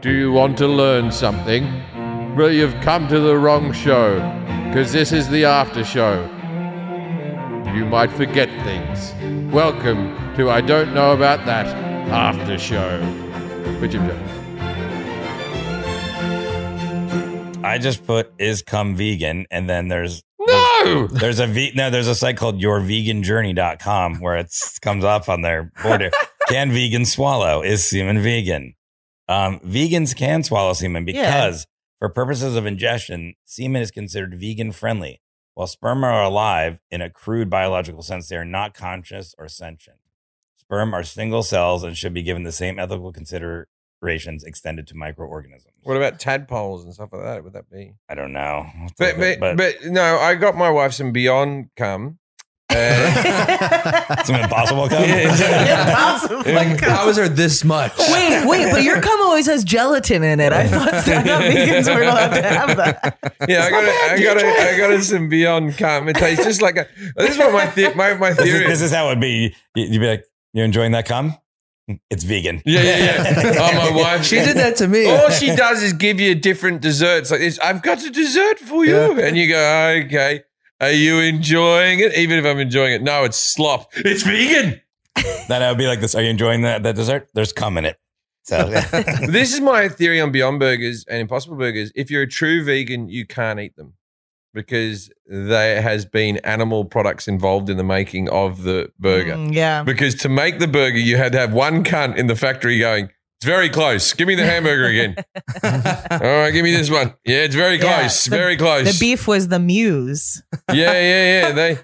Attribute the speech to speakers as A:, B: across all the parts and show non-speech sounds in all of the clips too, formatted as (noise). A: Do you want to learn something? Well, you've come to the wrong show, because this is the after show. You might forget things. Welcome to I Don't Know About That After Show with Jim Jones.
B: I just put is come vegan, and then there's
A: No!
B: there's a ve- no there's a site called yourveganjourney.com where it comes up on their border. can vegans swallow? Is semen vegan? Um, vegans can swallow semen
C: Yeah.
B: because for purposes of ingestion, semen is considered vegan friendly. While sperm are alive in a crude biological sense, they are not conscious or sentient. Sperm are single cells and should be given the same ethical considerations extended to microorganisms.
D: What about tadpoles and stuff like that? Would that be?
B: I don't know.
D: But but, but, no, I got my wife some Beyond cum. Uh,
B: It's an impossible cum.
D: Yeah, exactly.
C: Impossible.
E: (laughs) Like, how is there this much?
C: Wait, wait, but your cum always has gelatin in it. I thought that not vegans were allowed to have that.
D: yeah, I got a, I got a, I got her some Beyond cum. It tastes just like a. This is what my the, my my
B: This
D: theory
B: is,
D: is.
B: this is how it would be. You- You'd be like, "You enjoying that cum? It's vegan."
D: Yeah, yeah,
E: (laughs)
D: yeah. Oh, my wife.
E: She did that to me.
D: All she does is give you different desserts. Like this, I've got a dessert for you, and you go, okay. Are you enjoying it? Even if I'm enjoying it, no, it's slop. It's vegan.
B: Then I would be like, "This. Are you enjoying that that dessert? There's cum in it." So
D: this is my theory on Beyond Burgers and Impossible Burgers. If you're a true vegan, you can't eat them because there has been animal products involved in the making of the burger.
C: Mm, yeah.
D: Because to make the burger, you had to have one cunt in the factory going, it's very close. Give me the hamburger again. All right, give me this one. Yeah, it's very
C: Yeah,
D: close.
C: the-
D: very close.
C: The beef was the
E: (laughs)
C: muse.
D: Yeah, yeah, yeah. They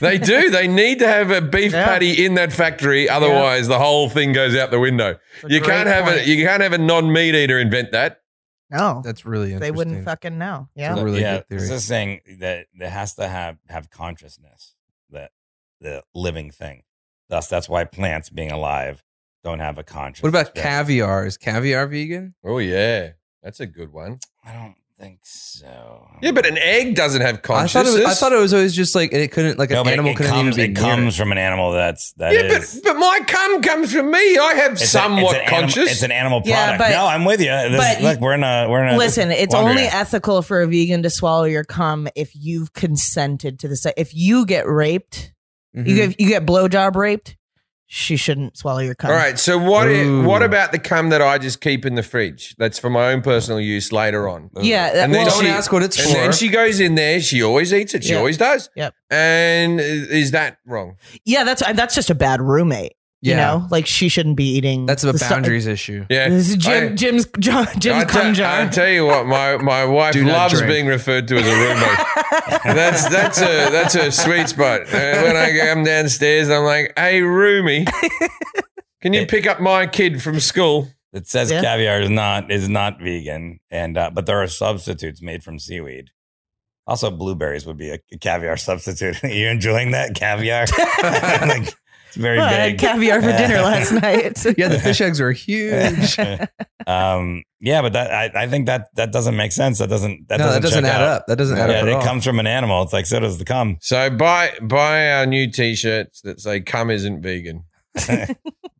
D: they do. They need to have a beef
C: Yeah.
D: patty in that factory, otherwise the whole thing goes out the window.
C: a
D: You
C: great
D: can't have
C: point.
D: a you can't have a non meat eater invent that.
C: No,
E: That's really interesting.
C: they wouldn't fucking know.
E: It's
C: Yeah.
E: a really
B: yeah,
E: good theory.
B: This is saying that it has to have have consciousness, that the living thing. Thus, that's why plants being alive don't have a conscience.
E: What about
B: Yeah.
E: caviar? Is caviar vegan?
D: Oh yeah, that's a good one.
B: I don't think so.
D: Yeah, but an egg doesn't have
E: I thought, it
D: consciousness.
E: was, I thought it was always just like it couldn't like
B: No,
E: an
B: but
E: animal
B: it, it
E: couldn't
B: comes.
E: even
B: It
E: be near
B: comes from an animal that's that is.
D: yeah, but, but my cum comes from me. I have
B: It's a-
D: somewhat
B: it's an anim-
D: conscious.
B: it's an animal
C: Yeah,
B: product.
C: but-
B: no, I'm with you. This,
C: but
B: look, we're in a we're in a
C: Listen, it's
B: quandary
C: only
B: now.
C: ethical for a vegan to swallow your cum if you've consented to this. If you get raped,
E: Mhm.
C: you get you get blowjob raped, she shouldn't swallow your cum.
D: All right. So what? i-
E: Ooh.
D: what about the cum that I just keep in the fridge? That's for my own personal use later on.
C: Yeah.
D: And then
C: well,
E: Uh, Don't
D: she-
E: ask what it's
D: And
E: for.
D: then she goes in there. She always eats it. She
C: Yeah.
D: always does.
C: Yep.
D: And is that wrong?
C: yeah, that's that's just a bad roommate. You
E: yeah,
C: know, like she shouldn't be eating.
E: (laughs) that's a
C: the stu-
E: boundaries issue.
D: Yeah.
C: This is Jim,
D: I-
C: Jim's John,
D: I
C: Jim's cum
D: te- I
C: jar.
D: tell you what, my, my wife
E: Do not
D: loves
E: drink.
D: being referred to as a roommate.
E: (laughs)
D: that's that's a that's a sweet spot. Uh, when I come downstairs, I'm like, "Hey, roomie, can you pick up my kid from school?"
B: It says
C: Yeah.
B: caviar is not is not vegan, and uh, but there are substitutes made from seaweed. Also, blueberries would be a, caviar substitute. (laughs) Are you enjoying that
C: (laughs)
B: caviar? (laughs) like, it's very
C: Well, I had
B: big.
C: caviar for dinner last night.
E: Yeah, the fish (laughs) eggs are huge.
B: um, yeah, but that I, I think that that doesn't make sense. That doesn't that
E: no,
B: doesn't,
E: that doesn't
B: check
E: add
B: out.
E: up. That doesn't add
B: Yeah,
E: up at
B: it
E: all.
B: comes from an animal. It's like so does the cum.
D: So buy buy our new T-shirts that say "Cum isn't vegan."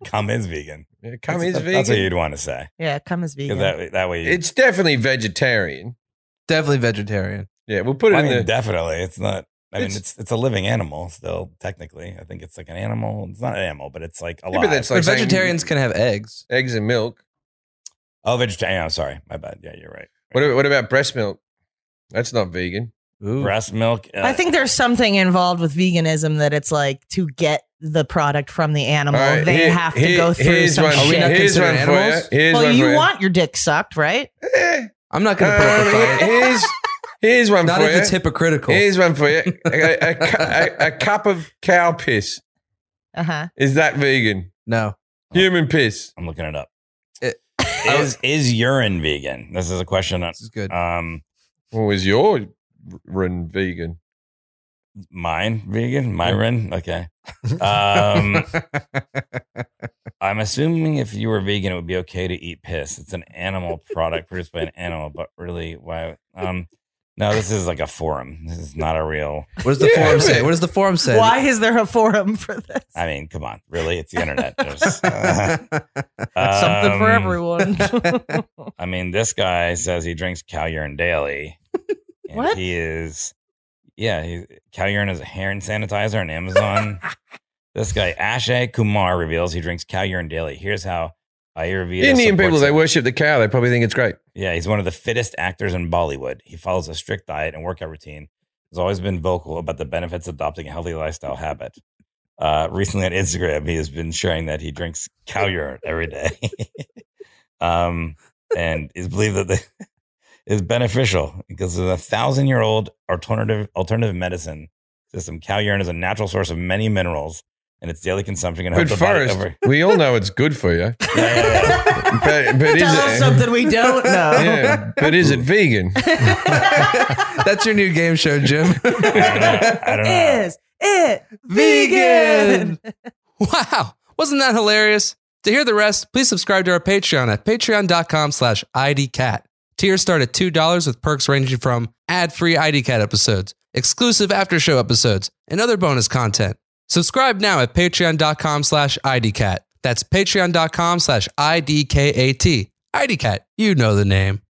B: Cum is vegan.
D: Yeah, cum
B: That's-
D: is vegan.
B: That's what you'd want to say.
C: (laughs) yeah, cum is
B: 'Cause
C: vegan.
B: That that way you,
D: it's definitely vegetarian.
E: Definitely vegetarian.
D: Yeah, we'll put it
B: I
D: in
B: mean,
D: the.
B: definitely. It's not. I mean,
D: It's-
B: it's it's a living animal still. Technically, I think it's like an animal. It's not an animal, but it's like
D: but
B: alive.
D: that's
E: But
D: like saying-
E: vegetarians can have eggs.
D: eggs and milk.
B: oh, vegetarian. I'm sorry, my bad. Yeah, you're right.
D: What about, what about breast milk? That's not vegan.
E: Ooh.
B: Breast milk. uh,
C: I think there's something involved with veganism that it's like to get the product from the animal,
D: All right,
C: Um, they
D: here-
C: have to
D: here-
C: go through
D: here's
C: some
D: one,
E: Are we not
C: shit.
D: here's one
E: considered
D: for you.
E: animals?
D: Here's
C: Well,
D: one for
C: you
D: you.
C: want your dick sucked, right?
D: Eh.
E: I'm not going to put up a
D: Um,
E: fight.
D: here's here's one
E: Uh, Not
D: for
E: if
D: you.
E: it's hypocritical.
D: Here's one for you.
C: (laughs)
D: A, a, cu- a- a cup of cow piss
C: Uh huh.
D: is that vegan?
E: no.
D: Human piss.
B: I'm looking it up.
E: It-
B: Is is urine vegan? This is a question.
E: This is good.
B: Um,
D: Or is your run vegan?
B: mine vegan. Myron.
C: Mm-hmm. (laughs)
B: Okay. Um, I'm assuming if you were vegan, it would be okay to eat piss. It's an animal product produced by an animal, but really, why? Um, No, this is like a forum. This is not a real.
E: What does the
D: Yeah,
E: forum say?
D: man.
E: What does the forum (laughs) say?
C: Why is there a forum for this?
B: I mean, come on, really? It's the internet. There's-
C: (laughs) Something for
B: Um,
C: (laughs) everyone.
B: I mean, this guy says he drinks cow urine daily. And
C: What?
B: He is, yeah, he, cow urine is a hand sanitizer on Amazon. this guy, Ashay Kumar, reveals he drinks cow urine daily. Here's how Ayurveda.
D: Indian people,
B: supports
D: they
B: him.
D: worship the cow. They probably think it's great.
B: Yeah, he's one of the fittest actors in Bollywood. He follows a strict diet and workout routine. He's always been vocal about the benefits of adopting a healthy lifestyle habit. Uh, recently on Instagram, he has been sharing that he drinks cow urine every day, (laughs) um, and is believed that the, (laughs) is beneficial because of the thousand-year-old alternative alternative medicine system. Cow urine is a natural source of many minerals, and its daily consumption can help
D: But
B: the body
D: first,
B: over. (laughs)
D: we all know it's good for you.
B: Yeah, yeah, yeah.
C: (laughs)
D: But, but
C: Tell
D: is
C: us
D: it?
C: something we
D: (laughs)
C: don't know.
D: Yeah, but is it vegan?
E: (laughs) That's your new game show, (laughs) Jim.
B: I don't know. I don't know.
C: Is it
E: Vegan.
C: vegan?
E: Wow. Wasn't that hilarious? To hear the rest, please subscribe to our Patreon at patreon.com slash IDCat. Tiers start at $2 with perks ranging from ad-free IDCat episodes, exclusive after-show episodes, and other bonus content. Subscribe now at patreon.com slash IDCat. That's patreon.com slash IDKAT. IDCat, you know the name.